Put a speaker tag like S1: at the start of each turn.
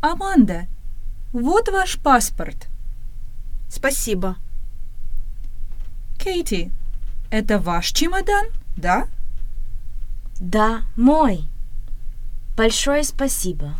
S1: Аманда, вот ваш паспорт.
S2: Спасибо.
S1: Кейти, это ваш чемодан, да?
S3: Да, мой. Большое спасибо.